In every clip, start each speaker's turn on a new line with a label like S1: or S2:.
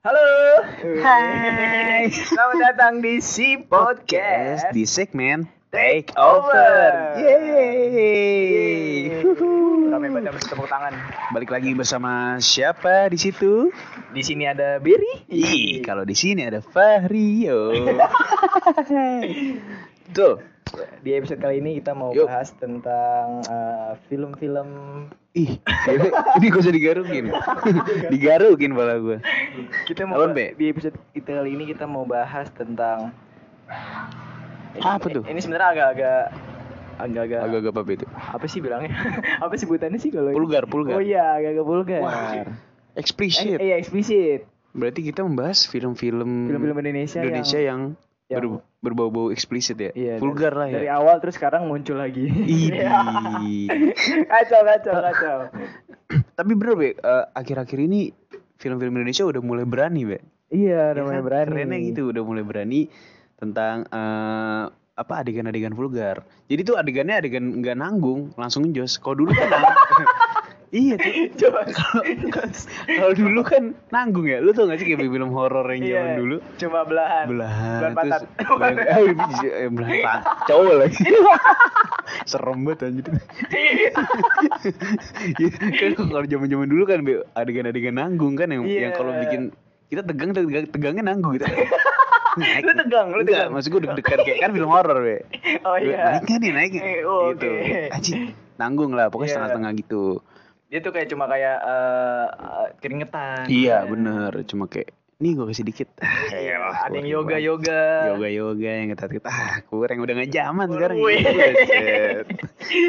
S1: Hai, selamat datang di Si Podcast
S2: di segmen
S1: Take
S2: Over.
S1: Over.
S2: Yeay. Huhu.
S1: Kami pada mesti tepuk tangan.
S2: Balik lagi bersama siapa di situ?
S1: Di sini ada Berry.
S2: Ih, kalau di sini ada Fahrio. Tuh,
S1: Di episode kali ini kita mau
S2: Yuk.
S1: bahas tentang eh, film-film
S2: ih, gila, ini gue usah digarungin. digarungin pala gue.
S1: kita mau
S2: Apaan,
S1: bah-
S2: Be?
S1: di episode kita kali ini kita mau bahas tentang
S2: Apa
S1: Ini-
S2: tuh?
S1: Ini sebenarnya agak-agak agak-agak
S2: Agak-agak apa itu?
S1: apa sih bilangnya? apa sih sebutannya sih kalau ini?
S2: Vulgar, vulgar.
S1: Oh iya, agak-agak vulgar.
S2: Wah.
S1: Eh,
S2: Explicit.
S1: iya, eksplisit.
S2: Berarti kita membahas film-film
S1: Film-film Indonesia,
S2: Indonesia
S1: yang,
S2: yang,
S1: yang-
S2: ber- berbau-bau eksplisit ya.
S1: Iya, dari-
S2: Vulgar lah ya.
S1: Dari awal terus sekarang muncul lagi. Iya.
S2: Ih.
S1: kacau kacau kacau.
S2: Tapi bener be, eh, akhir-akhir ini film-film Indonesia udah mulai berani be.
S1: Iya,
S2: Ya
S1: namanya
S2: kan?
S1: berani.
S2: Kerennya gitu udah mulai berani tentang eh, apa adegan-adegan vulgar. Jadi tuh adegannya adegan nggak nanggung, langsung jos. Kalau dulu kan nang- Iya tuh.
S1: Coba
S2: Kalau dulu kan nanggung ya. Lu tau gak sih kayak film horor yang
S1: Iya,
S2: zaman dulu?
S1: Coba belahan.
S2: Belahan
S1: Belahan patat.
S2: terus- Eh, eh, belahan pa- cowok lagi.
S1: Iya.
S2: Serem banget anjir. Iya, kan kalau zaman-zaman dulu kan Be, adegan-adegan nanggung kan yang yang kalau
S1: Iya.
S2: bikin kita tegang tegang tegangnya nanggung gitu.
S1: Lu tegang, lu
S2: Enggak,
S1: tegang.
S2: maksud gue deg-degan kayak kan film horor, Be.
S1: oh
S2: Gue,
S1: iya.
S2: Naik kan? gak nih, naik gak?
S1: Eh, oh,
S2: gitu.
S1: oke.
S2: Anjir, nanggung lah, pokoknya
S1: Iya.
S2: setengah-setengah gitu.
S1: Dia tuh kayak cuma kayak eh, eh, keringetan.
S2: Iya, bener. Cuma kayak nih gue kasih dikit. Ah,
S1: ya. Iya,
S2: elah,
S1: ada yang
S2: keluarin
S1: yoga
S2: banget.
S1: yoga.
S2: yoga yoga yang ketat ketat ah kurang udah nggak zaman sekarang
S1: Wih.
S2: Buset.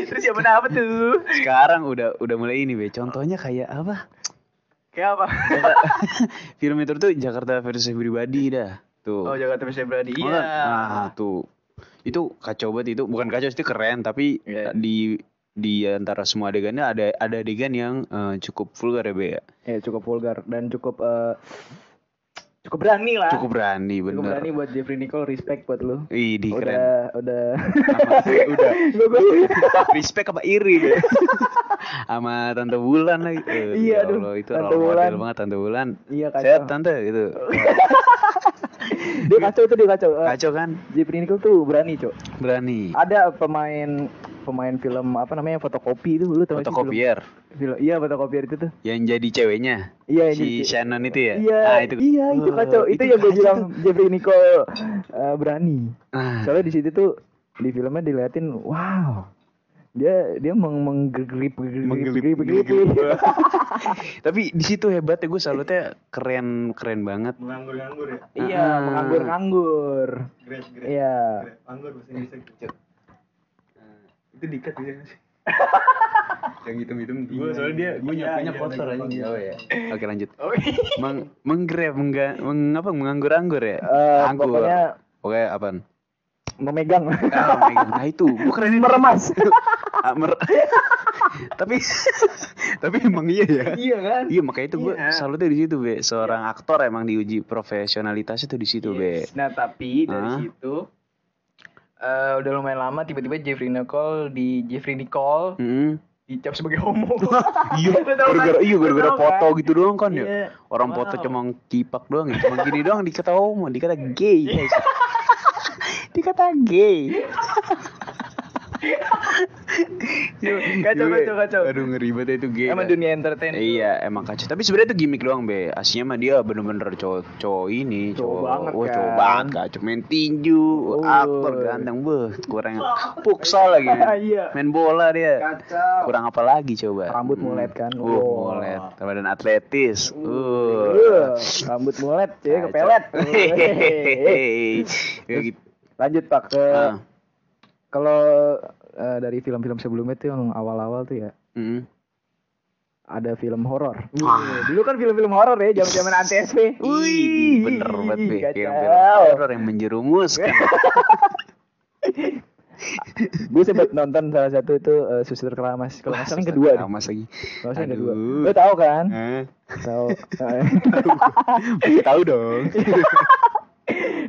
S1: Terus siapa apa tuh?
S2: sekarang udah udah mulai ini be contohnya kayak apa
S1: Kayak apa?
S2: film itu tuh Jakarta versus pribadi dah tuh
S1: Oh, Jakarta bisa berani.
S2: Mau
S1: Iya.
S2: nggak? nah tuh itu kacau banget itu bukan kacau sih keren tapi
S1: Iya.
S2: di di antara semua adegannya ada ada adegan yang eh, cukup vulgar ya be ya
S1: Ya, cukup vulgar dan cukup eh, cukup berani lah.
S2: cukup berani
S1: Cukup berani
S2: bener
S1: buat Jeffrey Nicole, respect buat lu.
S2: Ih, di keren
S1: Udah, udah.
S2: Sama- udah
S1: Gua- gua-
S2: respect apa iri deh sama tante bulan lagi Eh, ya
S1: Iya, aduh,
S2: Allah, itu
S1: Tante
S2: tante bulan
S1: Wulan.
S2: banget tante bulan
S1: Iya
S2: sehat
S1: kacau.
S2: tante gitu
S1: Dia kacau tuh dia kacau. Eh,
S2: kacau kan
S1: Jeffrey Nicole tuh berani, Cok.
S2: berani
S1: Ada pemain pemain film apa namanya fotokopi itu dulu tau gak sih
S2: fotokopier
S1: film, film, iya fotokopier itu tuh
S2: yang jadi ceweknya
S1: iya yang
S2: si
S1: jadi-
S2: Shannon itu ya
S1: iya
S2: Nah, itu
S1: iya itu
S2: Wah,
S1: kacau itu, yang gue
S2: kacau
S1: bilang
S2: tuh.
S1: Jeffrey Nicole eh, berani
S2: Nah,
S1: soalnya di situ tuh di filmnya diliatin wow dia dia meng menggerip
S2: Menggelip-
S1: menggerip menggerip
S2: menggelip. tapi di situ hebatnya gue salutnya keren keren banget
S3: menganggur-nganggur ya
S1: iya
S2: Ah.
S1: menganggur nganggur
S3: grass grass
S1: iya
S3: grass anggur bahasa Indonesia gitu itu dikat ya
S2: yang hitam hitam
S3: gue soalnya
S2: iya,
S3: dia gue nyapanya poster aja
S2: oh ya oke lanjut
S1: oh,
S2: meng menggrab mengga mengapa menganggur anggur ya
S1: Eh, pokoknya
S2: oke apaan
S1: memegang
S2: Ah, megang. nah itu gue keren
S1: meremas
S2: Ah, mer- tapi tapi emang iya ya
S1: iya kan
S2: iya makanya itu gue
S1: Iya.
S2: salutnya di situ be seorang aktor emang diuji profesionalitasnya tuh di situ gitu, be Ah.
S1: Yes. Nah tapi dari
S2: Hah?
S1: situ eh, udah lumayan lama tiba-tiba Jeffrey Nicole di Jeffrey Nicole
S2: Mm-mm.
S1: dicap sebagai homo.
S2: Hmm. iya
S1: Lu tau kan?
S2: gara-gara iya
S1: Lu
S2: gara-gara
S1: tau
S2: foto
S1: kan?
S2: gitu doang kan
S1: Iya.
S2: ya orang foto
S1: Wow.
S2: cuma kipak doang ya cuma gini doang dikata homo dikata gay
S1: Iya.
S2: guys dikata gay
S1: Iya, Kacau, kacau, kacau.
S2: Iya. aduh ngeri banget ya itu gay
S1: Emang
S2: dah.
S1: dunia entertain.
S2: Iya emang kacau Tapi sebenarnya itu gimmick doang be Aslinya mah dia bener-bener cowok cowok ini
S1: Cowok banget
S2: Wah, cowok
S1: kan.
S2: banget kacau Main tinju
S1: Oh.
S2: Aktor ganteng Beuh kurang Futsal lagi
S1: Iya.
S2: Main bola dia
S3: kacau
S2: Kurang apa lagi coba
S1: Rambut mulet kan? Hmm.
S2: Uh
S1: Wah.
S2: mulet Badan atletis
S1: Eh,
S2: Uh
S1: rambut mulet,
S2: Kacau.
S1: cewek kepelet.
S2: Hehehe. Ya gitu.
S1: Lanjut Pak ke
S2: Ah,
S1: kalau eh, dari film-film sebelumnya tuh yang awal-awal tuh ya
S2: mm.
S1: ada film horor.
S2: Wah.
S1: Dulu kan film-film horor ya, zaman-zaman anti SP.
S2: Wih, bener banget be Film-film
S1: Kacau.
S2: horor yang menjerumuskan
S1: gue sempat nonton salah satu itu eh, Suster Keramas. Kalau nggak salah yang kedua deh.
S2: Mas lagi
S1: Kalau nggak salah yang kedua.
S2: Aduh.
S1: Lo tahu kan?
S2: Eh,
S1: Tahu. Eh.
S2: Masih tahu dong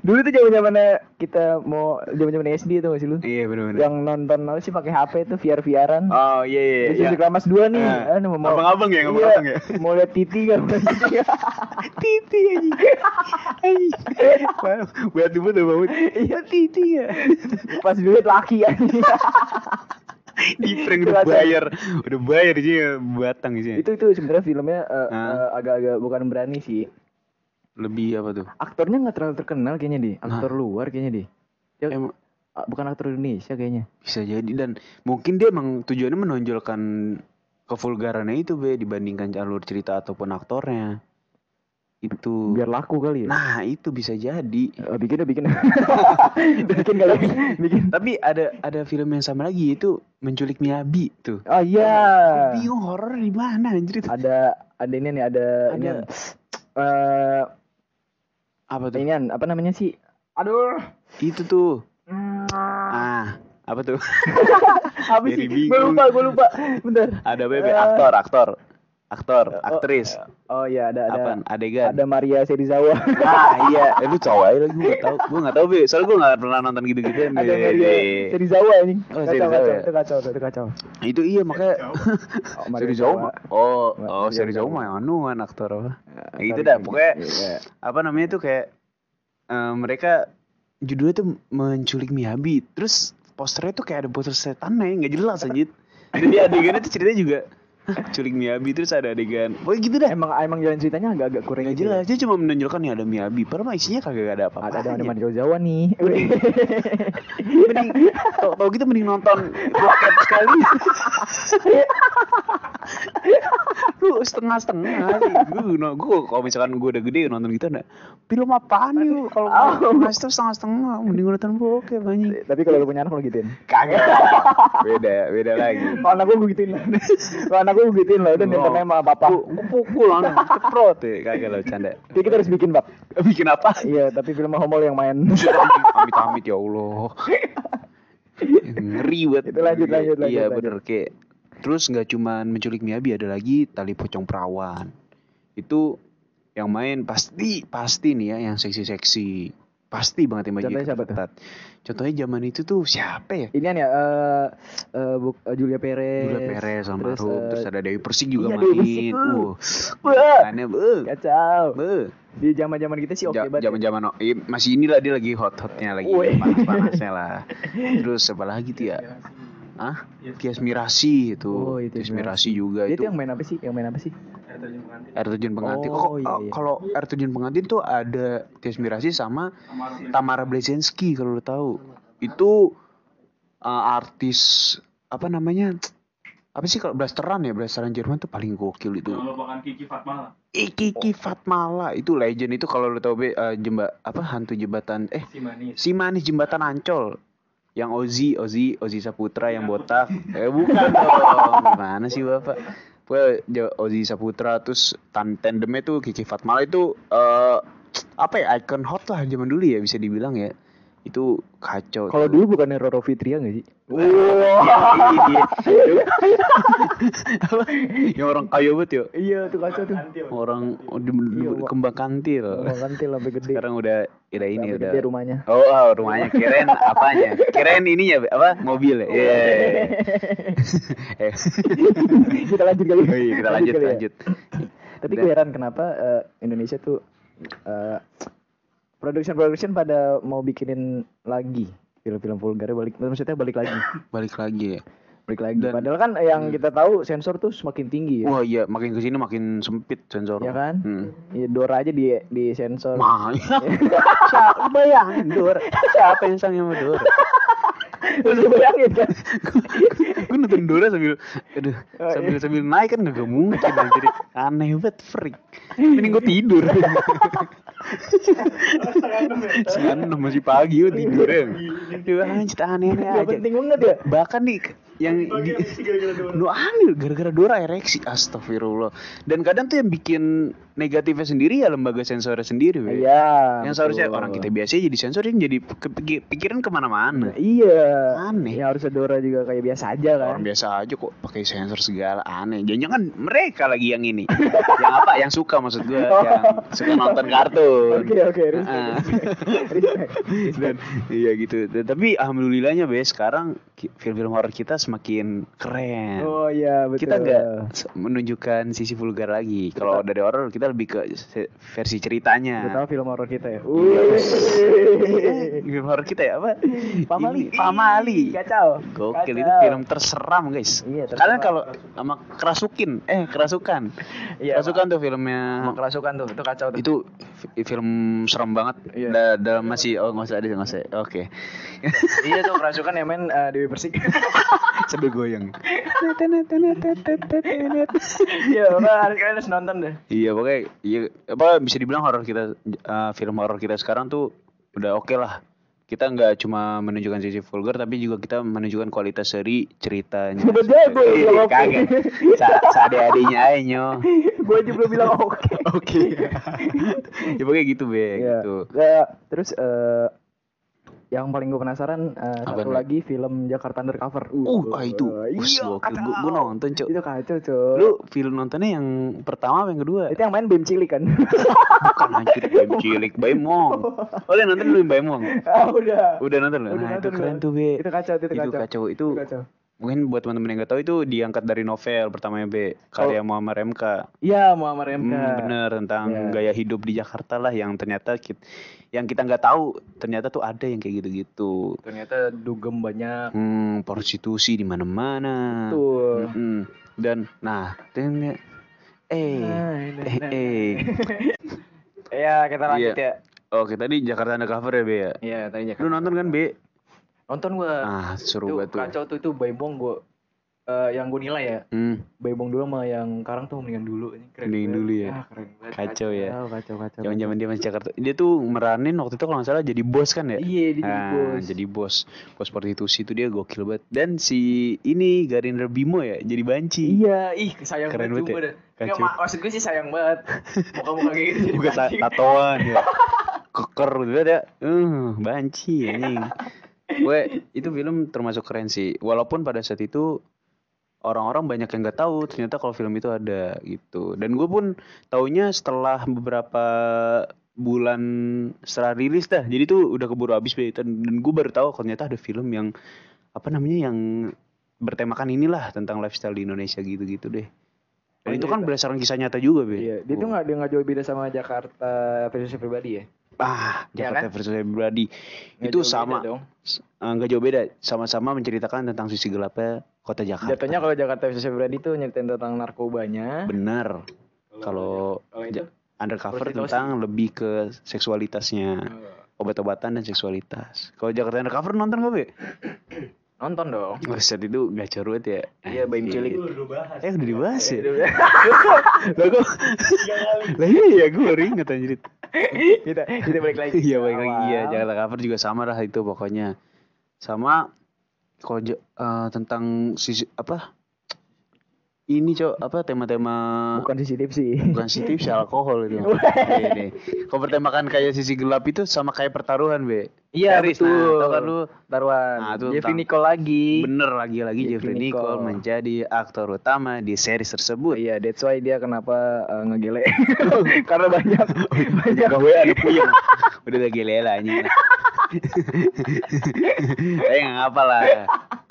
S1: Dulu tuh zaman zamannya kita mau zaman zaman SD tuh masih lu.
S2: Iya benar-benar.
S1: Yang nonton apa sih pakai HP tuh VR VRan.
S2: Oh iya iya.
S1: Di
S2: iya.
S1: Suster Keramas dua nih.
S2: Eh,
S1: Anu,
S2: abang-abang ya,
S1: Iya,
S2: abang-abang ya.
S1: Mau lihat titi kan?
S2: Titi anjing. Anjing Buat tiba udah bangun. Iya titi ya.
S1: Pas duit laki ya.
S2: Di prank udah
S1: Jelas, ya.
S2: bayar, udah bayar sih batang sih.
S1: itu itu sebenarnya filmnya eh,
S2: Iya. Hah?
S1: eh, agak-agak bukan berani sih.
S2: Lebih apa tuh?
S1: Aktornya nggak terlalu terkenal kayaknya di. Aktor luar kayaknya di. Ya,
S2: Em-
S1: ah, bukan aktor Indonesia kayaknya.
S2: Bisa jadi dan mungkin dia emang tujuannya menonjolkan kevulgarannya itu be dibandingkan alur cerita ataupun aktornya. Itu.
S1: Biar laku kali ya.
S2: Nah, itu bisa jadi.
S1: Eh, bikin deh, bikin. bikin kali. ya. Bikin.
S2: Tapi ada ada film yang sama lagi itu menculik Miyabi tuh.
S1: Oh iya.
S2: Gua Bingung horor di mana anjir itu.
S1: Ada ada ini nih ada,
S2: Ada.
S1: ini eh
S2: Apa tuh?
S1: inian, apa namanya sih? Aduh.
S2: Itu tuh. Ah, apa tuh?
S1: Apa
S2: Jadi
S1: sih? Gue
S2: bingung.
S1: lupa, gue lupa. Bentar.
S2: ada Eh, BB
S1: Eh.
S2: aktor, aktor. Aktor, aktris.
S1: Oh iya ada ada
S2: Apaan? Adegan.
S1: ada Maria Serizawa.
S2: Ah iya, eh, lu cowok aja lagi gue tau, gue gak tau be, soalnya gue gak pernah nonton gitu-gitu be.
S1: ada Maria Serizawa ini.
S2: Iya, Oh,
S1: kacau,
S2: Serizawa
S1: kacau,
S2: ya?
S1: itu kacau, itu kacau.
S2: Itu iya makanya,
S1: Oh, Maria
S2: seri jauh mah, oh,
S1: Ma-
S2: oh
S1: Maria
S2: seri jauh
S1: Jawa.
S2: mah yang anuan aktor apa.
S1: Serizawa.
S2: Nah, gitu dah, pokoknya
S1: Iya.
S2: apa namanya tuh kayak eh, mereka judulnya tuh menculik Miyabi, terus posternya tuh kayak ada poster setan nih, nggak jelas anjir. Jadi adegannya tuh ceritanya juga "Hah, culik Miyabi terus ada adegan, pokoknya gitu dah.
S1: Emang emang jalan ceritanya agak-agak kurang
S2: Gak
S1: gitu ya.
S2: jelas, dia cuma menonjolkan nih ada Miyabi, padahal mah isinya kagak ada apa-apa.
S1: Ada ada ada Maria Serizawa nih.
S2: ya? mending tau tau gitu mending nonton bokep sekali lu setengah setengah gue no, gue kalau misalkan gue udah gede nonton gitu ada film apaan nih kalau
S1: Oh.
S2: masih tuh setengah setengah mending gua nonton bokep anjing
S1: Tapi kalau lu punya anak lu gituin.
S2: kagak beda beda lagi Oh.
S1: Kalau anak gue gituin lah. Kalau anak gue gituin lah, udah nonton sama papa.
S2: gue gue pukul anak ceprot ya kagak lah canda
S1: Jadi kita harus bikin bab.
S2: bikin apa
S1: Iya, tapi film homol yang main.
S2: amit amit ya allah ngeri banget
S1: Itu lanjut, lanjut,
S2: iya
S1: lanjut,
S2: bener kayak terus nggak cuman menculik Miyabi ada lagi tali pocong perawan itu yang main pasti pasti nih ya yang seksi seksi pasti banget yang baju
S1: Contohnya
S2: ikat
S1: siapa tuh?
S2: ketat. contohnya zaman itu tuh siapa ya
S1: Ini ya eh eh, Bu- eh, Julia Perez.
S2: Julia Perez sama
S1: Terus, eh,
S2: terus ada Dewi Persik juga
S1: iya, Dewi Persik,
S2: main
S1: uh.
S2: uh
S1: Wah.
S2: aneh be
S1: Kacau.
S2: be
S1: Di zaman-zaman kita sih Iya, oke banget. ya.
S2: zaman zaman iya, masih inilah dia lagi hot hotnya lagi
S1: Woi.
S2: panas panasnya lah terus apa lagi tuh ya ah Tias Mirasi itu
S1: Oh, itu
S2: Tias
S1: Tias Mirasi.
S2: Mirasi juga
S1: Dia
S2: itu
S1: tuh yang main apa sih? Yang main apa sih?
S2: air terjun pengantin
S1: Oh,
S2: oh, kok-
S1: iya,
S2: oh,
S1: iya.
S2: kalau air terjun pengantin tuh ada Tias Mirasi sama Tamara Bleszinski kalau lo tahu itu uh, artis apa namanya apa sih kalau blasteran ya blasteran Jerman tuh paling gokil itu
S3: Kalau bahkan Kiki Fatmala.
S2: Iki Fatmala itu legend itu kalau lo tau be eh, jemba apa hantu jembatan eh
S3: Si manis.
S2: si manis jembatan Ancol yang Ozi Ozi Ozi Saputra yang botak eh bukan dong gimana sih bapak Pokoknya Jo- Ozi Saputra terus tan tandemnya tuh Kiki Fatmala itu eh apa ya icon hot lah zaman dulu ya bisa dibilang ya itu kacau
S1: Kalau
S2: tuh.
S1: dulu bukannya Roro Fitria gak sih?
S2: Iya, iya, iya. Apa? yang Ya, orang kaya banget yuk
S1: Iya, tuh kacau tuh.
S2: orang di,
S1: Iya, Wak.
S2: kembang kantil
S1: Ngomong kantil sampai gede.
S2: sekarang udah udah ini
S1: Sampai
S2: udah
S1: gede rumahnya.
S2: Oh, oh, rumahnya keren apanya? Keren ininya apa? Mobil ya. Iya. Eh,
S1: kita lanjut kali.
S2: oh iya, kita lanjut
S1: kali ya.
S2: lanjut.
S1: Tapi gue heran kenapa eh, Indonesia tuh eh, production-production pada mau bikinin lagi film-film vulgar balik maksudnya balik lagi
S2: Balik lagi ya.
S1: balik lagi
S2: Dan-
S1: padahal kan yang kita tahu sensor tuh semakin tinggi ya
S2: Wah iya makin kesini makin sempit sensor.
S1: Iya kan?
S2: Hmm.
S1: Ya, Dora aja di di sensor
S2: Mah, siapa bayangin Dor? Siapa yang sang sama Dor?
S1: Lu bayangin kan
S2: Gue nonton Dora sambil, aduh, sambil sambil naik kan gak mungkin jadi aneh banget freak. Mending gue tidur. Siang masih pagi gue tidur ya. Duh, anjir aneh aneh
S1: Gak
S2: aja.
S1: penting banget ya
S2: bahkan nih yang di lu aneh gara-gara Dora ereksi astagfirullah dan kadang tuh yang bikin negatifnya sendiri ya lembaga sensornya sendiri we.
S1: Iya
S2: yang
S1: betul.
S2: seharusnya orang kita biasa jadi sensor ini jadi ke- piki- pikiran kemana-mana
S1: Iya
S2: Aneh.
S1: Ya harusnya Dora juga kayak biasa aja kan
S2: orang biasa aja kok pakai sensor segala aneh jangan-jangan mereka lagi yang ini yang apa yang suka maksud gue yang suka nonton kartun
S1: Oh. Oke oke respect,
S2: Ah.
S1: respect.
S2: dan iya gitu Dan- tapi alhamdulillahnya be sekarang ki- film-film horor kita semakin semakin keren.
S1: Oh iya betul.
S2: Kita nggak s- menunjukkan sisi vulgar lagi. Kalau dari horror kita lebih ke se- versi ceritanya.
S1: Terutama film horor kita ya. iya.
S2: Eh, Film horror kita ya apa?
S1: Pamali.
S2: Ini, Pamali.
S1: Kacau.
S2: Gokil itu
S1: Kacau.
S2: film terseram guys.
S1: Iya, terseram.
S2: Kalian kalau sama kerasukin, eh kerasukan,
S1: Iya,
S2: kerasukan tuh filmnya.
S1: kerasukan tuh, itu kacau tuh.
S2: Itu fi- film serem banget.
S1: Iya.
S2: Da- dalam masih oh nggak usah ada nggak usah. Oke.
S1: iya tuh kerasukan yang main eh, Dewi Persik.
S2: Sambil goyang.
S1: Iya, Bapak harus kalian harus nonton deh.
S2: Iya pokoknya iya apa bisa dibilang horor kita eh, film horor kita sekarang tuh udah oke lah. Kita nggak cuma menunjukkan sisi vulgar tapi juga kita menunjukkan kualitas seri ceritanya.
S1: Udah jago ya,
S2: Eh,
S1: oke.
S2: kagak. Sa seadanya nyo.
S1: Gue aja belum bilang "Oh, oke.
S2: Oke. ya pokoknya gitu be
S1: Iya.
S2: gitu.
S1: Eh, terus eh, yang paling gue penasaran eh,
S2: Apa nih?
S1: satu lagi film Jakarta Undercover.
S2: Uh, ah, itu. Us,
S1: Iya,
S2: gokil.
S1: kacau.
S2: Gua, gua nonton, Cok.
S1: Itu kacau, Cok.
S2: Lu film nontonnya yang pertama apa yang kedua?
S1: Itu yang main Bim Cilik kan?
S2: Bukan anjir, Baim Cilik, Baim Mong. Oh, lu yang nonton lu Baim Mong.
S1: ah, udah.
S2: Udah nonton lu.
S1: Udah
S2: Nah, itu
S1: nonton
S2: keren
S1: gua.
S2: tuh, Be.
S1: Itu kacau, itu kacau.
S2: Itu
S1: Itu kacau.
S2: mungkin buat teman-teman yang gak tahu itu diangkat dari novel pertamanya B karya
S1: Oh.
S2: Muammar MK.
S1: Iya, Muammar MK.
S2: Hmm, bener tentang
S1: Iya.
S2: gaya hidup di Jakarta lah yang ternyata kita, yang kita nggak tahu ternyata tuh ada yang kayak gitu-gitu.
S1: Ternyata dugem banyak.
S2: Hmm, prostitusi di mana-mana.
S1: Betul.
S2: Mm-mm. Dan nah, dan- eh eh
S1: Nah, nah, nah.
S2: eh.
S1: Iya, kita lanjut
S2: Iya.
S1: ya.
S2: Oke, tadi Jakarta Undercover ya, B ya.
S1: Iya, tadi Jakarta.
S2: Lu nonton kan, B?
S1: Nonton gua.
S2: Ah, seru
S1: Eh, Itu
S2: banget tuh.
S1: kacau tuh itu Baimong gua eh, yang gue nilai ya
S2: Hmm,
S1: Baimong dulu sama yang Karang tuh mendingan dulu ini keren
S2: Mendingan
S1: banget.
S2: dulu ya.
S1: Ah, keren banget.
S2: kacau ya.
S1: Kacau, kacau, kacau.
S2: Zaman-zaman dia masih Jakarta. Dia tuh meranin waktu itu kalau nggak salah jadi bos kan ya?
S1: Iya, dia jadi
S2: Ah,
S1: bos.
S2: jadi bos. Bos prostitusi itu dia gokil banget. Dan si ini Garindra Bimo ya, jadi banci.
S1: Iya, ih sayang
S2: Keren banget
S1: banget sumpah
S2: ya.
S1: dah. Nggak,
S2: Kacau.
S1: mak- maksud gue sih sayang banget. Muka-muka kayak gitu jadi
S2: Bukan ta-
S1: banci.
S2: tatoan ya. Keker gitu ada. Eh, banci anjing. Gue itu film termasuk keren sih. Walaupun pada saat itu orang-orang banyak yang nggak tahu ternyata kalau film itu ada gitu. Dan gue pun taunya setelah beberapa bulan setelah rilis dah. Jadi tuh udah keburu habis deh. dan, dan gue baru tahu kalau ternyata ada film yang apa namanya yang bertemakan inilah tentang lifestyle di Indonesia gitu-gitu deh. Dan itu kan berdasarkan kisah nyata juga, Be.
S1: Iya, dia tuh nggak dia nggak jauh beda sama Jakarta versi pribadi ya.
S2: Ah,
S1: Iya
S2: Jakarta
S1: kan?
S2: versus Brady.
S1: Nggak
S2: itu
S1: jauh beda
S2: sama
S1: dong.
S2: s- eh, nggak jauh beda, sama-sama menceritakan tentang sisi gelapnya kota Jakarta.
S1: Jatuhnya kalau Jakarta versi pribadi tuh nyeritain tentang narkobanya.
S2: bener. Kalau Oh,
S3: Kalau itu?
S2: Ja- undercover
S1: Prostitusi.
S2: tentang lebih ke seksualitasnya, obat-obatan dan seksualitas. Kalau Jakarta undercover nonton nggak be?
S1: Nonton dong.
S2: Buset itu nggak banget ya.
S1: Iya, Baim
S2: Anjir.
S1: Cilik.
S3: Itu udah bahas.
S2: Eh udah dibahas ya.
S1: kita
S2: Lah gua Lah iya gue baru inget anjir.
S1: kita balik lagi.
S2: Iya baik lagi iya Jakarta Cover juga sama lah itu pokoknya sama kalau ja- eh, tentang sisi apa ini cok apa tema-tema
S1: Bukan CCTV sih.
S2: bukan sisi tips alkohol itu Ini. kalau pertemakan kayak sisi gelap itu sama kayak pertaruhan be
S1: Iya
S2: Teris,
S1: betul. Iya.
S2: nah, tau kan lu
S1: Taruhan.
S2: Nah, itu
S1: Jeffrey
S2: tentang-
S1: Nicole lagi.
S2: bener lagi-lagi
S1: Jeffrey
S2: Jeffrey Nicole
S1: Nicole.
S2: menjadi aktor utama di series tersebut
S1: Iya, that's why dia kenapa eh, ngegele.
S2: Oh.
S1: Karena banyak banyak
S2: Gak gue ada puyeng Iya. Udah udah gila lah anjing Tapi gak apa lah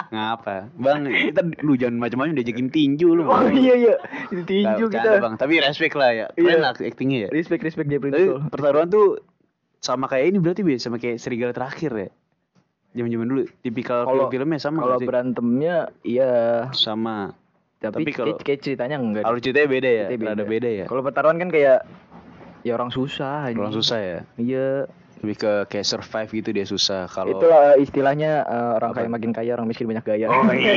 S2: Gak apa Bang kita lu jangan macam-macam diajakin tinju lu
S1: Oh iya iya, Itu
S2: Nggak,
S1: tinju
S2: bercanda,
S1: kita.
S2: bang. Tapi respect lah ya Keren
S1: Iya.
S2: lah actingnya ya
S1: Respect respect dia
S2: Tapi
S1: Nicole.
S2: pertaruhan tuh Sama kayak ini berarti biasa Sama kayak serigala terakhir ya Jaman-jaman dulu Tipikal
S1: Kalau-
S2: film-filmnya sama
S1: Kalau
S2: nggak sih?
S1: berantemnya iya,
S2: Sama
S1: tapi,
S2: Tapi kalau-
S1: kayak- kayak ceritanya enggak.
S2: Alur ceritanya beda ya
S1: Ceritanya
S2: Ada beda ya
S1: Kalau pertaruhan kan kayak ya orang susah aja.
S2: Orang susah ya
S1: Iya.
S2: Lebih ke kayak survive gitu dia susah Kalau
S1: Itulah istilahnya eh, orang kaya makin kaya, orang miskin banyak gaya.
S2: Oh iya.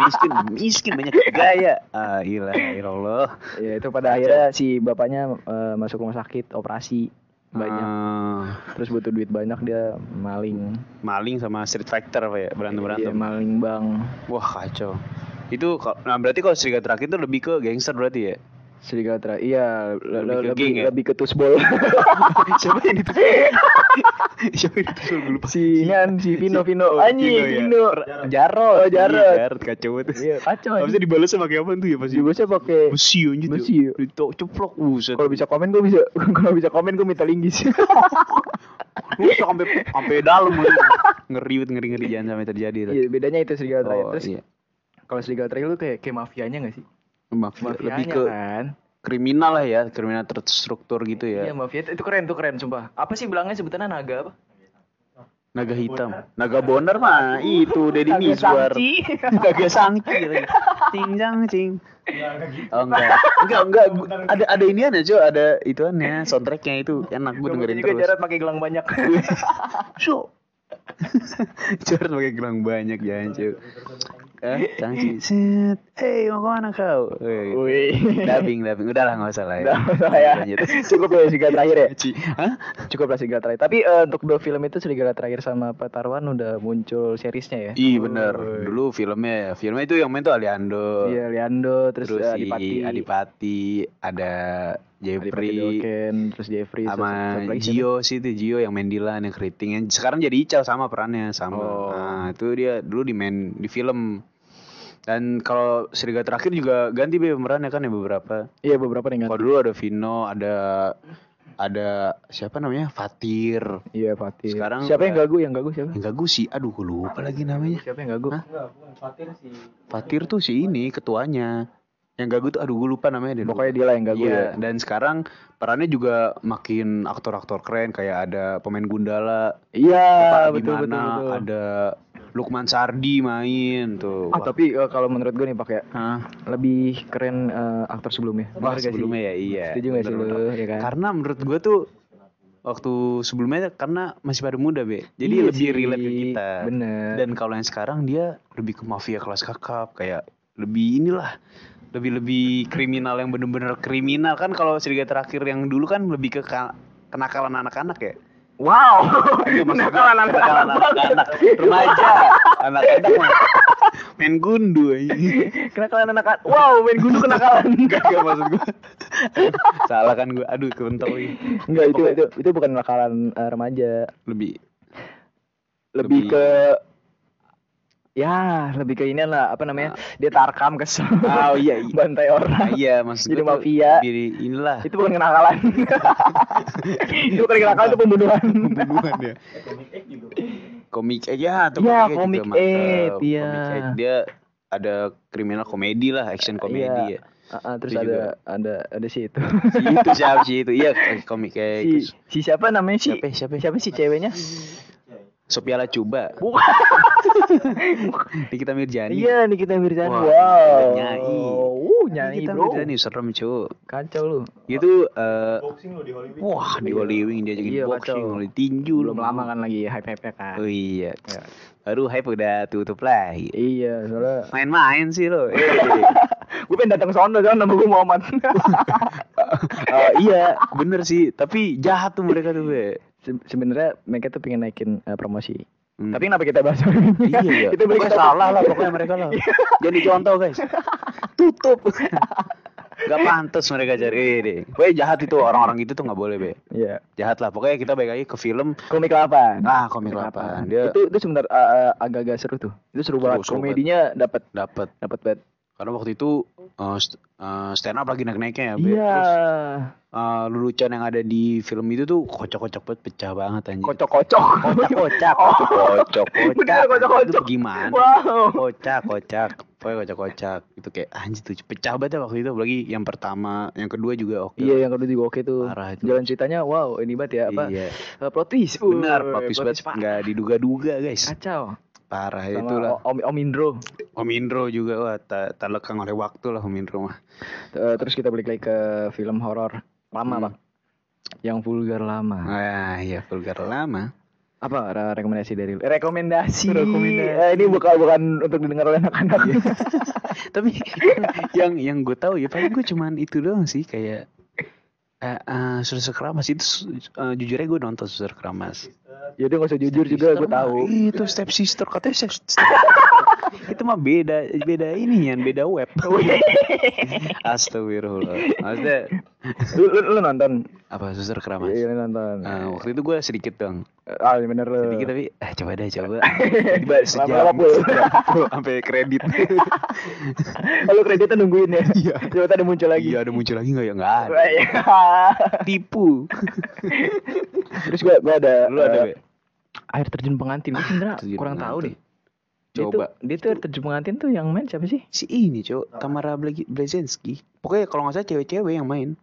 S2: miskin, miskin banyak gaya. Ah, ilah, ilallah.
S1: Ya itu pada akhirnya si bapaknya eh, masuk rumah sakit operasi banyak.
S2: Ah,
S1: Terus butuh duit banyak dia maling.
S2: maling sama street fighter apa ya berantem berantem.
S1: Iya, maling bang.
S2: Wah kacau. Itu kal- nah berarti kalau serigala terakhir itu lebih ke gangster berarti ya.
S1: Serigala tera- iya
S2: Lebih ke
S1: le- le- lebih
S2: geng
S1: lebih,
S2: ya?
S1: ke tusbol.
S2: Siapa yang itu? Siapa yang itu? Gue lupa.
S1: si ini kan, si Pino Pino. Anjing
S2: ya.
S1: Pino. Jaro. Oh,
S2: Iya,
S1: Jarot.
S2: Jarot, kacau banget.
S1: Iya, kacau.
S2: Habisnya dibalas sama kayak apa tuh ya pasti.
S1: Juga saya pakai
S2: Besi anjir. tuh.
S1: Besi, ya.
S2: Ditok ceplok buset.
S1: kalau bisa komen gue bisa kalau bisa komen gue minta linggis.
S2: Pusok sampai sampai dalam lu. Ngeri banget, ngeri ngeri jangan sampai terjadi. Rat.
S1: Iya, bedanya itu serigala terakhir.
S2: Oh,
S1: Terus
S2: iya.
S1: kalau serigala terakhir lu kayak kayak mafianya gak sih?
S2: Mafia,
S1: Mafianya
S2: Iya, lebih ke
S1: kan.
S2: kriminal lah ya, kriminal terstruktur gitu
S1: Iya,
S2: ya.
S1: mafia itu, itu keren tuh keren sumpah. Apa sih bilangnya sebutannya naga apa?
S2: Naga hitam, naga bonar mah itu Deddy Mizwar. Naga sangci. lagi. Cing jang cing. Oh enggak. Enggak, enggak. Gu- Ada ada inian aja, ada ituannya, soundtracknya itu enak gue dengerin
S1: juga
S2: terus.
S1: Jared pakai gelang banyak.
S2: Syok. Jared pakai gelang banyak jangan cuy. Eh, sangci. Set. Hey, mau kemana kau? Eh,
S1: Wih.
S2: Dubbing, dubbing. Udahlah enggak usah lah ya.
S1: Udah, udah ya.
S2: Lanjut.
S1: Cukup ya serigala terakhir ya.
S2: Ci- Hah?
S1: Cukup lah serigala terakhir. Tapi eh, untuk dua film itu serigala terakhir sama Petarwan udah muncul seriesnya ya.
S2: Iya bener Dulu filmnya ya, Filmnya itu yang main tuh Aliando
S1: Iya, Leando, terus,
S2: Terus
S1: eh,
S2: si
S1: Adipati,
S2: Adipati Ada
S1: Adipati
S2: Jeffrey
S1: Dolken, terus Jeffrey, terus
S2: sama
S1: siapa lagi sih?
S2: Gio sih itu Gio yang main Dylan yang keriting yang sekarang jadi Ical sama perannya sama
S1: Oh.
S2: nah, itu dia dulu di main di film dan kalau Serigala terakhir juga ganti be pemerannya kan ya beberapa
S1: Iya beberapa nih
S2: kalau
S1: kan.
S2: dulu ada Vino ada ada siapa namanya Fatir
S1: Iya Fatih.
S2: Sekarang
S1: siapa yang
S2: udah-
S1: gagu? Yang gagu siapa?
S2: enggak gue sih aduh gue lupa lagi namanya
S1: Siapa yang gagu?
S2: Hah?
S3: Enggak, bukan Fatir sih.
S2: Fatir tuh si ini ketuanya yang gagu tuh aduh gue lupa namanya deh
S1: Pokoknya dia lah yang gagu ya.
S2: Iya, dan sekarang perannya juga makin aktor-aktor keren kayak ada pemain Gundala,
S1: ya. Iya
S2: Bapak
S1: betul, betul
S2: Dimana,
S1: betul.
S2: ada Lukman Sardi main tuh.
S1: Ah tapi eh, kalau menurut gue nih pakai
S2: Hah?
S1: lebih keren eh, aktor sebelumnya.
S2: Wah,
S1: Bener gak sih?
S2: sebelumnya ya iya.
S1: Setuju gak sih
S2: Bener,
S1: lu?
S2: bener.
S1: Ya kan?
S2: Karena menurut gue tuh waktu sebelumnya karena masih pada muda be, jadi
S1: Iya
S2: lebih
S1: sih,
S2: relate ke kita.
S1: Bener.
S2: Dan kalau yang sekarang dia lebih ke mafia kelas kakap kayak lebih inilah lebih lebih kriminal yang bener-bener kriminal kan kalau serigala terakhir yang dulu kan lebih ke ka- kenakalan anak-anak ya
S1: Wow.
S2: Iya, maksudnya
S1: Kenakalan anak-anak.
S2: anak-anak remaja anak-anak mah main gundu aja.
S1: Kenakalan anak-anak. Wow, main gundu kenakalan.
S2: Enggak, enggak maksud gue. Salah kan gue. Aduh, kebentuk lagi.
S1: Enggak itu itu itu bukan kenakalan eh, remaja.
S2: Lebih Lebih-
S1: Lebih, ke ya lebih ke ini lah apa namanya dia tarkam kesel
S2: Ah. Oh, iya, iya.
S1: bantai
S2: Ah,
S1: orang
S2: iya, maksud
S1: Jadi
S2: gua tuh
S1: mafia.
S2: Lebih inilah
S1: itu bukan kenakalan itu bukan kenakalan itu pembunuhan
S2: pembunuhan ya. Komik X ya, atau
S1: Iya, Komik
S2: mantep.
S1: X, iya.
S2: Komik X, dia ada kriminal komedi lah, action komedi
S1: Iya.
S2: ya.
S1: Ah, ah, terus
S2: Itu
S1: ada,
S2: juga.
S1: ada ada si itu
S2: Si itu siapa sih itu? Iya, komik X.
S1: si,
S2: Terus
S1: si siapa namanya si
S2: Siapa, siapa?
S1: siapa sih ceweknya
S2: Sophia Lajuba. Nikita Mirjani.
S1: iya Nikita Mirzani
S2: Wah,
S1: wow,
S2: nyai.
S1: uh, nyai
S2: Nikita
S1: bro
S2: Mirjani serem, cuy.
S1: kacau lu
S2: Itu eh
S3: Boxing lo di Hollywood.
S2: Wah, di Holy Wing dia jadi
S1: Iya,
S2: boxing,
S1: kacau.
S2: Holy tinju.
S1: belum lama kan lagi hype hype kan
S2: Oh iya.
S1: Iya.
S2: Baru hype udah tutup lagi.
S1: iya soalnya
S2: Main-main sih lo. Eh,
S1: gue pengen datang kan, sono sono gue mau aman
S2: eh, iya, bener sih. Tapi jahat tuh mereka tuh, Be.
S1: Se- sebenarnya mereka tuh pengen naikin eh, promosi
S2: Hmm.
S1: tapi kenapa kita bahas iya,
S2: iya, iya.
S1: itu
S2: Pokoknya
S1: mereka
S2: salah lah pokoknya mereka lah. Jadi contoh, guys. Tutup. Gak pantas mereka cari. Eh, deh. Pokoknya jahat itu orang-orang itu tuh nggak boleh, Be.
S1: iya
S2: Jahat lah. Pokoknya kita balik lagi ke film.
S1: komik 8
S2: Ah, komik 8. Dia
S1: itu itu sebentar eh, eh, agak-agak seru tuh itu seru banget
S2: seru banget.
S1: komedinya dapat
S2: dapat
S1: dapat banget
S2: karena waktu itu eh, st- eh, stand up lagi naik-naiknya ya, Be.
S1: iya
S2: Terus uh, lelucon yang ada di film itu tuh kocok-kocok banget pecah banget anjir.
S1: kocok-kocok Oh.
S2: Kocak-kocak. Kocok-kocok.
S1: Bener, kocok-kocok.
S2: Itu Gimana?
S1: wow
S2: Kocak-kocak. Pokoknya kocak-kocak. Itu kayak anjir tuh pecah banget ya waktu itu apalagi yang pertama, yang kedua juga oke.
S1: Iya yang kedua juga oke tuh.
S2: Parah itu.
S1: Jalan ceritanya wow ini banget ya apa?
S2: Iya.
S1: Eh, plot twist. Uh,
S2: Benar, papis banget
S1: twist, Pak.
S2: enggak diduga-duga, guys.
S1: Kacau.
S2: Parah
S1: Sama
S2: itulah.
S1: Om Om Indro.
S2: Om Indro juga wah tak tak lekang oleh waktu lah Om Indro mah.
S1: Eh, terus kita balik lagi ke film horor lama,
S2: Hmm.
S1: Bang. Yang vulgar lama.
S2: Ah, iya vulgar lama.
S1: Apa re- rekomendasi dari lu? Rekomendasi.
S2: Rekomendasi.
S1: Eh, ini bukan bukan untuk didengar oleh anak-anak.
S2: tapi yang yang gue tahu ya paling gue cuman itu doang sih kayak eh eh, susur keramas itu su- eh, jujur aja gue nonton susur keramas
S1: ya udah nggak usah jujur
S2: Step
S1: juga
S2: Sister
S1: gue
S2: mah,
S1: tahu.
S2: ih, itu step sister katanya step, step itu mah beda beda ini ya beda web astagfirullah maksudnya
S1: lu, lu, lu nonton.
S2: apa susur keramas
S1: Iya, lu nonton.
S2: Eh, waktu itu gue sedikit dong
S1: Ah, bener lu.
S2: sedikit tapi ah, coba deh coba tiba sejam
S1: Lama-lama full.
S2: sejam full sampai kredit
S1: Kalau kreditnya nungguin ya. Iya. Coba tadi muncul lagi.
S2: iya ada muncul lagi nggak ya nggak ada
S1: Wah, iya.
S2: tipu
S1: Terus gue gue ada,
S2: Lu ada
S1: eh,
S2: Be?
S1: air terjun pengantin. Gue sebenernya
S2: Terjun
S1: kurang tahu deh.
S2: pengantin.
S1: Dia tuh-
S2: Coba.
S1: Dia tuh, air terjun pengantin tuh yang main siapa sih?
S2: Si ini cowok Tamara Ble- Blezensky. Pokoknya kalau nggak salah cewek-cewek yang main.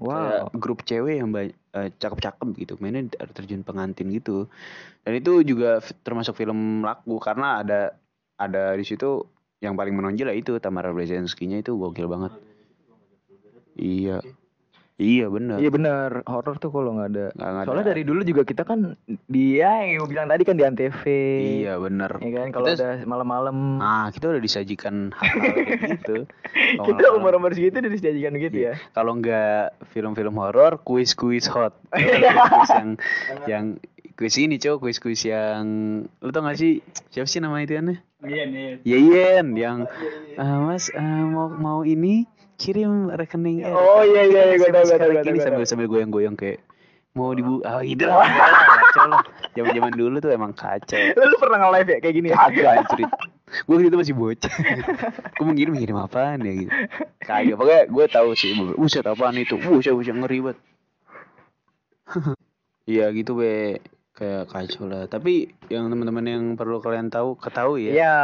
S2: Kayak
S1: Wow.
S2: grup cewek yang banyak cakep-cakep gitu mainnya di air terjun pengantin gitu dan itu juga f- termasuk film laku karena ada ada di situ yang paling menonjol ya itu Tamara Bleszenski-nya itu gokil banget iya iya benar
S1: Iya benar horor tuh kalau nggak ada.
S2: Nggak- nggak
S1: Soalnya
S2: ada.
S1: dari dulu juga kita kan dia yang gua bilang tadi kan di antv.
S2: iya benar
S1: Ya kan kalau
S2: Kita-
S1: ada malam-malam.
S2: nah kita udah disajikan hal-hal kayak gitu Kalau
S1: kita
S2: nggak-
S1: umur-umur segitu udah disajikan gitu ya.
S2: kalau nggak film-film horor kuis-kuis hot kuis yang yang kuis ini cowok kuis-kuis yang lu tau gak sih siapa sih nama itu aneh
S3: Iya nih.
S1: Oh,
S2: Yeyen yang
S1: iya,
S2: "Ah, mas ah, mau mau ini kirim rekening eh,
S1: Oh, iya, iya, iya, gua tahu, gua
S2: Sekarang
S1: tahu, gua Oh. tahu,
S2: gini
S1: gua
S2: sambil
S1: tahu.
S2: sambil goyang-goyang kayak mau dibu ah itu lah kacau lah zaman-zaman dulu tuh emang kacau
S1: Lu, lu pernah nge-live ya kayak gini
S2: Iya,
S1: ya?
S2: agak anjrit gue gitu masih bocah gue mau ngirim ngirim apaan ya gitu kagak pokoknya gue tahu sih buset apaan itu buset buset ngeri banget iya gitu be kayak kacau lah tapi yang teman-teman yang perlu kalian tahu ketahui ya
S1: Iya.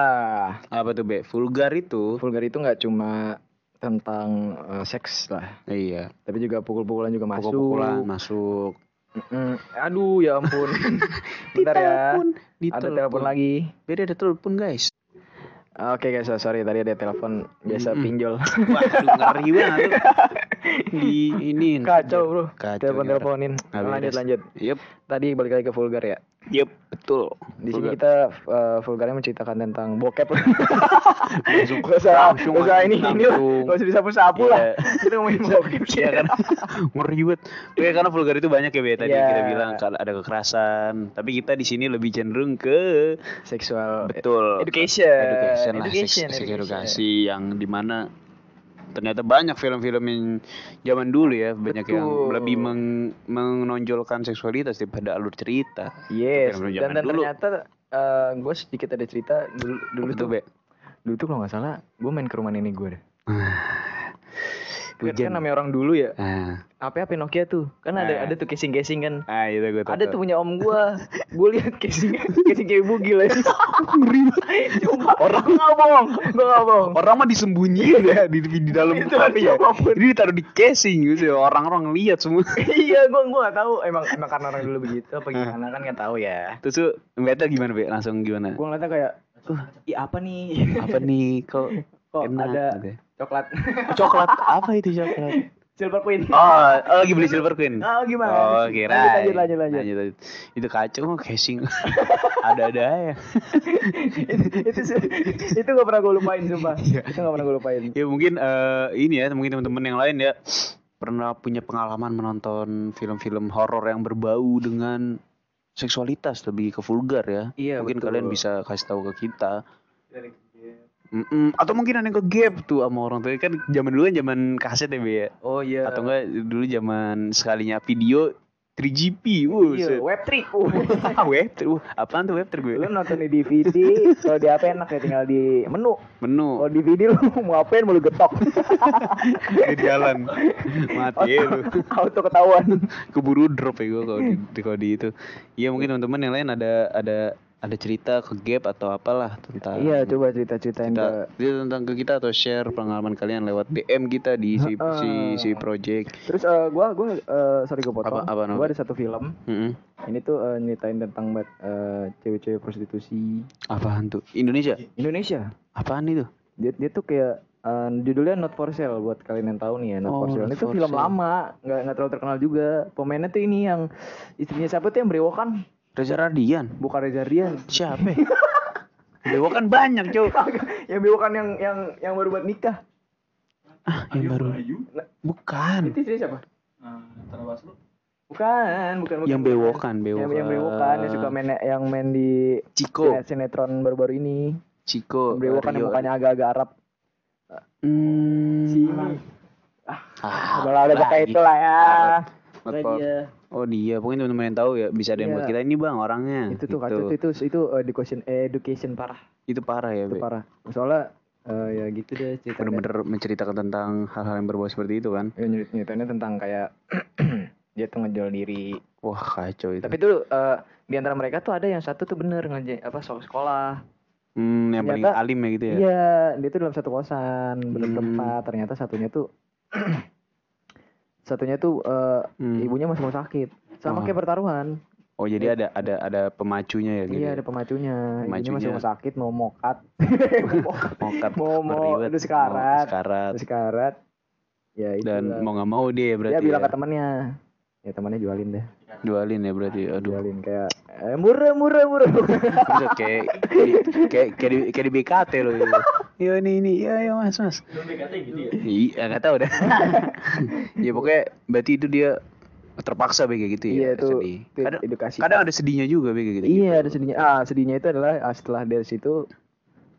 S2: apa tuh be vulgar itu
S1: Vulgar itu nggak cuma tentang eh, seks lah,
S2: iya
S1: tapi juga pukul-pukulan juga masuk.
S2: pukul-pukulan masuk
S1: Mm-mm. Aduh ya ampun. Bentar ya. Ada
S2: ditelepon.
S1: telepon lagi.
S2: beda ada telepon guys
S1: Ah, Oke guys, so- sorry tadi ada telepon biasa
S2: Mm-mm.
S1: pinjol.
S2: waduh ngeri banget tuh. di ini
S1: Kacau bro.
S2: Kacau,
S1: telepon teleponin.
S2: Nggak
S1: Lanjut
S2: beres.
S1: lanjut.
S2: yep
S1: Tadi balik lagi ke vulgar ya.
S2: yep betul
S1: Di sini
S2: Vulgar.
S1: kita eh, vulgarnya menceritakan tentang bokep.
S2: langsung
S1: Gak usah,
S2: langsung
S1: gak usah
S2: aja,
S1: ini, ini lah.
S2: langsung.
S1: Gak usah disapu-sapu lah.
S2: Iya.
S1: Kita ngomongin bokep.
S2: Iya kan ngeri banget Oke, karena vulgar itu banyak ya Be tadi
S1: Iya.
S2: kita bilang kalau ada kekerasan tapi kita di sini lebih cenderung ke
S1: Seksual.
S2: betul
S1: Education.
S2: education lah
S1: Education,
S2: education,
S1: education.
S2: edukasi yang dimana ternyata banyak film-film yang zaman dulu ya banyak yang
S1: Betul.
S2: lebih meng- menonjolkan seksualitas daripada alur cerita
S1: Yes.
S2: Film-film
S1: Dan,
S2: zaman
S1: dan
S2: dulu.
S1: ternyata gue sedikit ada cerita dulu dulu tuh
S2: Betul, Be.
S1: dulu tuh kalau nggak salah gue main ke rumah nenek gue deh. Kan, kan
S2: hujan
S1: namanya orang dulu ya.
S2: ah,
S1: Apa apa Nokia tuh. Kan
S2: Eh.
S1: ada ada tuh casing-casing kan.
S2: ah itu gue
S1: Ada tuh punya om gue. gue lihat casing casing kayak bugil aja. Cuma orang nggak bohong. Gue nggak bohong.
S2: orang mah disembunyiin ya di, di, di dalam
S1: Itu
S2: apa ya
S1: apapun.
S2: ini ditaruh di casing gitu ya orang-orang lihat semua
S1: iya, gue gue nggak tahu. Emang emang karena orang dulu begitu apa gimana kan nggak tahu ya.
S2: terus tuh ngeliatnya gimana be langsung gimana
S1: Gue ngeliatnya kayak, uh, iya apa nih?
S2: apa nih kok
S1: Kok
S2: enak
S1: ada
S2: gitu ya.
S1: coklat
S2: coklat apa itu coklat
S1: silver queen?
S2: oh, oh lagi beli silver queen
S1: Oh, gimana?
S2: oh
S1: Lanjut,
S2: kira
S1: lanjut, lanjut, lanjut.
S2: itu kacau mah casing ada ada ya
S1: itu itu gak pernah gue lupain sumpah.
S2: Iya.
S1: itu gak pernah gue lupain.
S2: ya mungkin eh, ini ya mungkin teman-teman yang lain ya pernah punya pengalaman menonton film-film horor yang berbau dengan seksualitas lebih ke vulgar ya
S1: Iya,
S2: mungkin
S1: betul.
S2: kalian bisa kasih tahu ke kita Mm-mm. atau mungkin ada yang ke gap tuh sama orang tua kan zaman dulu kan zaman kaset ya Be, ya
S1: Oh iya.
S2: atau enggak dulu zaman sekalinya video 3GP wuh set.
S1: Iya, web trick.
S2: Oh. web ter- wuh, apaan tuh web ter gue
S1: lu nonton di DVD, kalau di apa enak ya tinggal di menu.
S2: menu
S1: Kalau di DVD lu mau ngapain mau lu getok.
S2: di jalan mati ya lu
S1: Auto ketahuan.
S2: keburu drop ya gue kalau di, di- kalau di itu iya mungkin teman-teman yang lain ada ada ada cerita ke gap atau apalah tentang
S1: Iya, coba
S2: kita
S1: cerita-ceritain ke
S2: Ah. cerita tentang ke kita atau share pengalaman kalian lewat DM kita di si si, si project
S1: Terus eh, gua gua eh, sorry gue potong.
S2: Apa- apa
S1: gua
S2: namanya?
S1: ada satu film.
S2: Mm-mm.
S1: Ini tuh eh, nyeritain tentang eh, cewek-cewek prostitusi
S2: apaan tuh Indonesia
S1: Indonesia.
S2: apaan itu
S1: dia dia tuh kayak eh, judulnya Not for Sale buat kalian yang tahu nih ya Not
S2: Oh,
S1: for Sale
S2: Not
S1: itu
S2: for Sale.
S1: film lama nggak nggak terlalu terkenal juga pemainnya tuh ini yang istrinya siapa tuh yang berewokan
S2: Reza Radian
S1: bukan Reza Rian
S2: siapa ya? Dewa kan banyak cuy
S1: yang berewokan yang yang yang baru buat nikah
S2: ah yang baru bukan
S1: itu istrinya siapa
S3: Terlepas lu.
S1: bukan bukan, bukan
S2: yang
S1: bukan.
S2: bewokan bewokan
S1: yang, yang berewokan yang suka main yang main di
S2: Ciko
S1: sinet- sinetron baru-baru ini
S2: Ciko
S1: berewokan yang
S2: Rio.
S1: mukanya agak-agak Arab
S2: Hmm.
S1: ah,
S2: Ah,
S1: ada pakai
S2: lagi.
S1: itu lah ya
S2: Arab.
S1: Pokoknya
S2: Arab.
S1: dia.
S2: Oh dia, pokoknya teman-teman yang tahu ya bisa ada yang
S1: Iya.
S2: buat kita ini bang orangnya.
S1: itu tuh kacau tuh,
S2: itu,
S1: itu itu, eh, education education parah
S2: itu parah ya,
S1: itu
S2: Be.
S1: parah soalnya eh, ya gitu deh ceritanya Iya,
S2: Bener-bener menceritakan tentang hal-hal yang berbau seperti itu kan.
S1: ya, nyerit- nyeritainnya tentang kayak dia tuh ngejual diri
S2: Wah kacau itu.
S1: tapi tuh eh, di antara mereka tuh ada yang satu tuh bener ngeja apa soal sekolah
S2: Hmm, yang paling
S1: ternyata-
S2: alim ya gitu ya.
S1: iya dia tuh dalam satu kosan bener
S2: Hmm.
S1: berempat ternyata satunya tuh satunya tuh eh,
S2: Hmm.
S1: ibunya masih mau sakit
S2: Wah.
S1: sama kayak pertaruhan
S2: Oh jadi ada ada ada pemacunya ya gitu.
S1: Iya ada pemacunya. Ini
S2: Pemacunya.
S1: masih rumah sakit mau mokat.
S2: Mokat,
S1: Mau- mau
S2: meriwet,
S1: adu sekarat.
S2: sekarat.
S1: Terus karat. Ya itu.
S2: Dan mau nggak mau dia ya berarti.
S1: ya
S2: ya.
S1: bilang ke temannya. Ya temannya jualin deh.
S2: Dualin ya berarti. Aduh.
S1: Jualin kayak eh, murah murah murah. iya.
S2: Bisa kayak kayak kayak di, kayak di BKT loh itu. Yo ini ini yo yo mas mas. Iya nggak tahu dah. ya pokoknya berarti itu dia terpaksa kayak gitu ya.
S1: Iya, itu-
S2: sedih.
S1: itu
S2: Kadang,
S1: edukasi.
S2: kadang ada sedihnya juga kayak gitu.
S1: iya ada sedihnya. Ah sedihnya itu adalah ah, setelah dari situ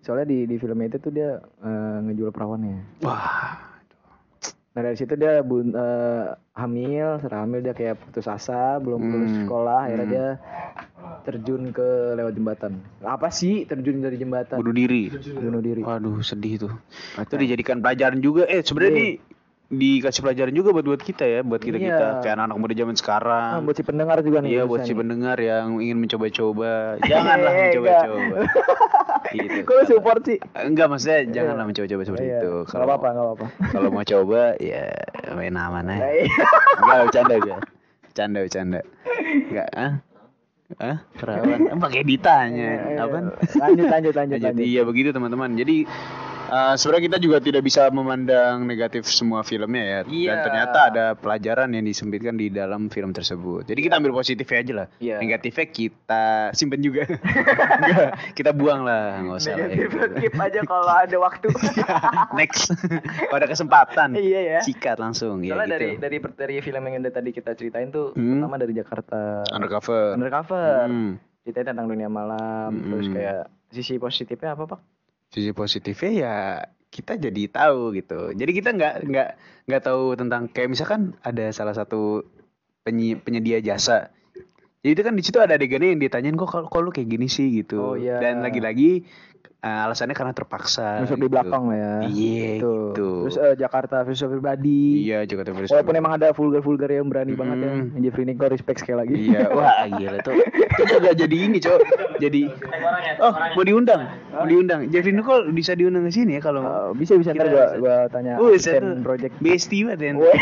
S1: soalnya di di film itu tuh dia eh, ngejual perawannya.
S2: Wah.
S1: Nah dari situ dia bun, eh, hamil, setelah hamil dia kayak putus asa, belum lulus
S2: Hmm.
S1: sekolah, akhirnya dia terjun ke lewat jembatan. Apa sih terjun dari jembatan?
S2: Bunuh diri.
S1: Bunuh diri.
S2: Waduh sedih itu. Itu dijadikan pelajaran juga. Eh sebenarnya di
S1: Iya.
S2: dikasih pelajaran juga buat buat kita ya, buat kita kita
S1: Iya.
S2: kayak anak muda zaman
S1: Ah,
S2: sekarang.
S1: buat si pendengar juga nih.
S2: Iya buat si Iya,
S1: khususnya nih.
S2: pendengar yang ingin mencoba-coba, janganlah
S1: Eh,
S2: mencoba-coba. gitu.
S1: Kok lu support sih?
S2: Enggak maksudnya janganlah mencoba-coba seperti
S1: Iya.
S2: itu.
S1: Nggak apa-apa, nggak apa-apa.
S2: kalau mau coba ya main aman aja.
S1: Eh,
S2: Enggak bercanda gue. Bercanda bercanda. Enggak ah. Ah, perawan. Emang kayak ditanya. Apaan?
S1: Iya, eh, Lanjut, lanjut, lanjut,
S2: Nah, jadi
S1: lanjut.
S2: ya begitu teman-teman. Jadi eh, sebenarnya kita juga tidak bisa memandang negatif semua filmnya ya. Dan
S1: Iya.
S2: ternyata ada pelajaran yang disempitkan di dalam film tersebut. Jadi kita ambil positifnya aja lah.
S1: Iya.
S2: Negatifnya kita simpen juga. Enggak, kita buang lah, nggak usah. lah ya.
S1: Keep aja kalau ada waktu.
S2: Next, pada kesempatan.
S1: Iya ya.
S2: Sikat langsung ya
S1: Soalnya dari
S2: gitu.
S1: dari per- dari film yang udah tadi kita ceritain tuh
S2: Hmm.
S1: pertama dari Jakarta
S2: Undercover.
S1: Undercover.
S2: Hmm.
S1: Ceritanya tentang dunia malam, terus
S2: Mm-mm.
S1: kayak sisi positifnya apa, Pak?
S2: sisi positifnya ya kita jadi tahu gitu jadi kita nggak nggak nggak tahu tentang kayak misalkan ada salah satu penyi- penyedia jasa jadi itu kan di situ ada adegannya yang ditanyain kok kok lu kayak gini sih gitu
S1: Oh, iya.
S2: dan lagi-lagi eh, alasannya karena terpaksa
S1: Nusuk di
S2: gitu.
S1: belakang lah ya.
S2: iya
S1: Gitu.
S2: gitu,
S1: Terus eh, Jakarta versus pribadi.
S2: iya Jakarta Virus
S1: Walaupun emang ada vulgar-vulgar yang berani banget ya.
S2: Mm-mm.
S1: Jeffrey Nicole respect sekali lagi.
S2: iya wah gila tuh itu juga jadi ini cok jadi oh mau diundang mau diundang Jeffrey Nicole bisa diundang ke sini ya kalau
S1: Eh, bisa bisa ntar
S2: Kita-
S1: gua, gua tanya
S2: Uh,
S1: asisten
S2: satu.
S1: project.
S2: Bestie banget ya.
S1: Woi.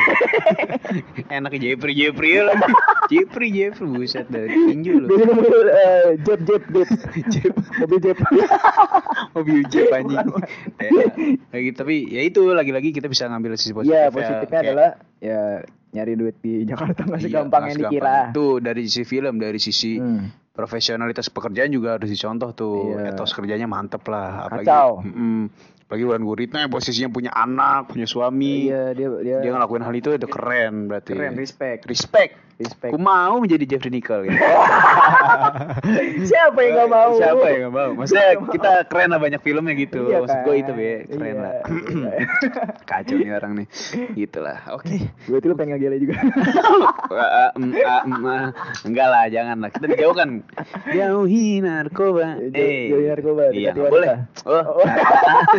S2: Enak Jeffrey Jeffrey ya lagi. Jeffrey Jeffrey buset dah tinju lu.
S1: Dia dulu eh, jep jep jep.
S2: Jep.
S1: Mobil jep.
S2: Mobil Jeff anjing. Ya, lagi tapi ya itu lagi-lagi kita bisa ngambil sisi positifnya.
S1: Iya, positifnya
S2: Kayak,
S1: adalah ya nyari duit di Jakarta nggak
S2: iya,
S1: segampang
S2: nggak
S1: yang
S2: segampang.
S1: dikira.
S2: Itu dari sisi film, dari sisi
S1: Hmm.
S2: profesionalitas pekerjaan juga harus dicontoh tuh.
S1: Iya.
S2: Etos kerjanya mantep lah. Apalagi,
S1: Kacau.
S2: Mm-mm. Apalagi Wulan Guritno yang posisinya punya anak, punya suami.
S1: Iya, dia dia,
S2: Dia ngelakuin hal itu udah keren berarti.
S1: keren respect.
S2: Respect.
S1: Respect.
S2: Ku mau menjadi Jeffrey Nicole gitu.
S1: Siapa yang nggak mau?
S2: Iya, Siapa yang gak mau? Maksudnya kita keren lah banyak filmnya gitu.
S1: Iya
S2: Maksud gue itu
S1: kan?
S2: be keren
S1: Iya,
S2: lah.
S1: iya.
S2: Kacau nih orang nih. Gitulah. Oke.
S1: Gue itu lu pengen ngegele juga.
S2: Wah, ah, mm, ah, mm, ah. Enggak lah, jangan lah. Kita dijauhkan. Jauhi narkoba.
S1: Jauh-
S2: Eh.
S1: jauhi narkoba,
S2: Iya,
S1: dekati
S2: nggak
S1: wanita.
S2: boleh. Oh.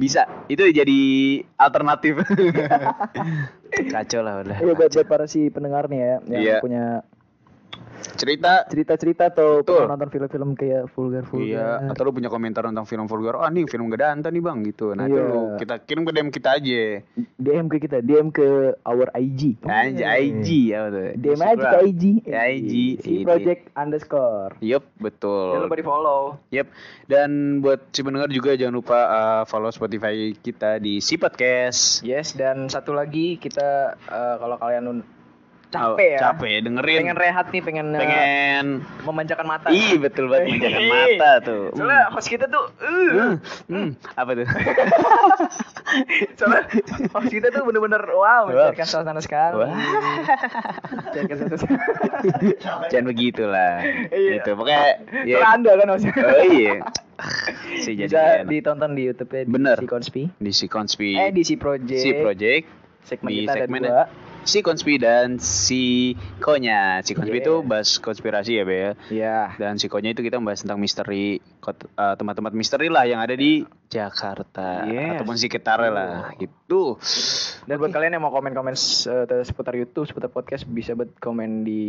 S2: Bisa. Itu jadi alternatif. Kacau lah udah.
S1: Iya buat buat para si pendengar nih ya yang
S2: Iya.
S1: punya
S2: Cerita
S1: cerita-cerita atau
S2: Betul.
S1: pernah nonton film-film kayak vulgar vulgar.
S2: Iya, atau lu punya komentar tentang film vulgar, oh nih film gak ada nih bang gitu. Nah itu
S1: Iya.
S2: lu kita kirim ke DM kita aja.
S1: DM ke kita, DM ke our IG.
S2: Anj IG apa tuh?
S1: DM aja ke IG.
S2: Ya, IG.
S1: Si project underscore.
S2: Yup, betul.
S1: di follow.
S2: Yup. Dan buat si pendengar juga jangan lupa uh, follow Spotify kita di Si Podcast.
S1: Yes, dan satu lagi kita eh, kalau kalian nun- capek ya.
S2: Capek dengerin.
S1: Pengen rehat nih, pengen, eh,
S2: pengen.
S1: memanjakan mata. Iya.
S2: Ih betul banget menjaga mata tuh. Uh.
S1: Soalnya host kita tuh eh,
S2: Hmm. Hmm. apa tuh?
S1: soalnya host kita tuh bener-bener wow, mencairkan
S2: Wah.
S1: suasana sekali.
S2: Wah.
S1: Mencairkan suasana.
S2: Jangan begitulah.
S1: Iya.
S2: Gitu. Pokoknya ya.
S1: Soalnya Anda kan hostnya.
S2: Oh iya. Sih jadi
S1: Bisa
S2: nggak enak.
S1: ditonton di YouTube-nya di
S2: Bener.
S1: si Konspi.
S2: di si Konspi
S1: Eh di si Project.
S2: si Project
S1: segmen
S2: di
S1: kita ada
S2: segmen ya.
S1: dua.
S2: si konspiransi konya si konspi
S1: Yes.
S2: itu bahas konspirasi ya be ya
S1: Iya.
S2: dan si konya itu kita membahas tentang misteri kot- eh, tempat-tempat misteri lah yang ada di Jakarta
S1: Yes.
S2: ataupun sekitarnya lah gitu
S1: Dan buat kalian yang mau komen-komen s- eh, seputar YouTube, seputar podcast bisa buat komen di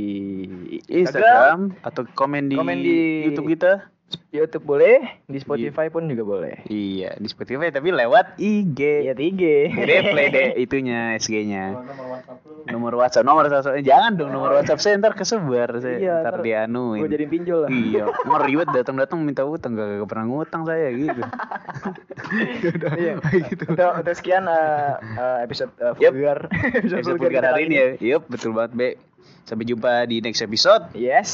S2: Instagram atau komen di,
S1: Komen di-
S2: YouTube kita
S1: YouTube boleh, di Spotify pun juga boleh.
S2: iya di Spotify tapi lewat IG
S1: Iya, tiga. Iya,
S2: replay deh itunya SG-nya nomor WhatsApp nomor WhatsApp Eh, jangan dong nomor WhatsApp saya ntar kesebar saya
S1: Iya,
S2: ntar
S1: ntar
S2: dianuin
S1: Gue jadi pinjol lah.
S2: iya ngeriwet datang datang minta utang gak, gak pernah ngutang saya gitu
S1: Iya. Udah, udah sekian eh, eh, episode eh,
S2: Yep.
S1: vulgar.
S2: episode vulgar hari ini ya yup betul banget be sampai jumpa di next episode
S1: Yes.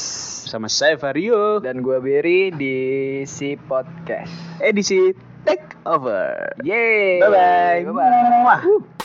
S2: sama saya Vario
S1: Dan gue Beri di si podcast.
S2: edisi take over
S1: Yeay.
S2: bye bye
S1: Bye bye.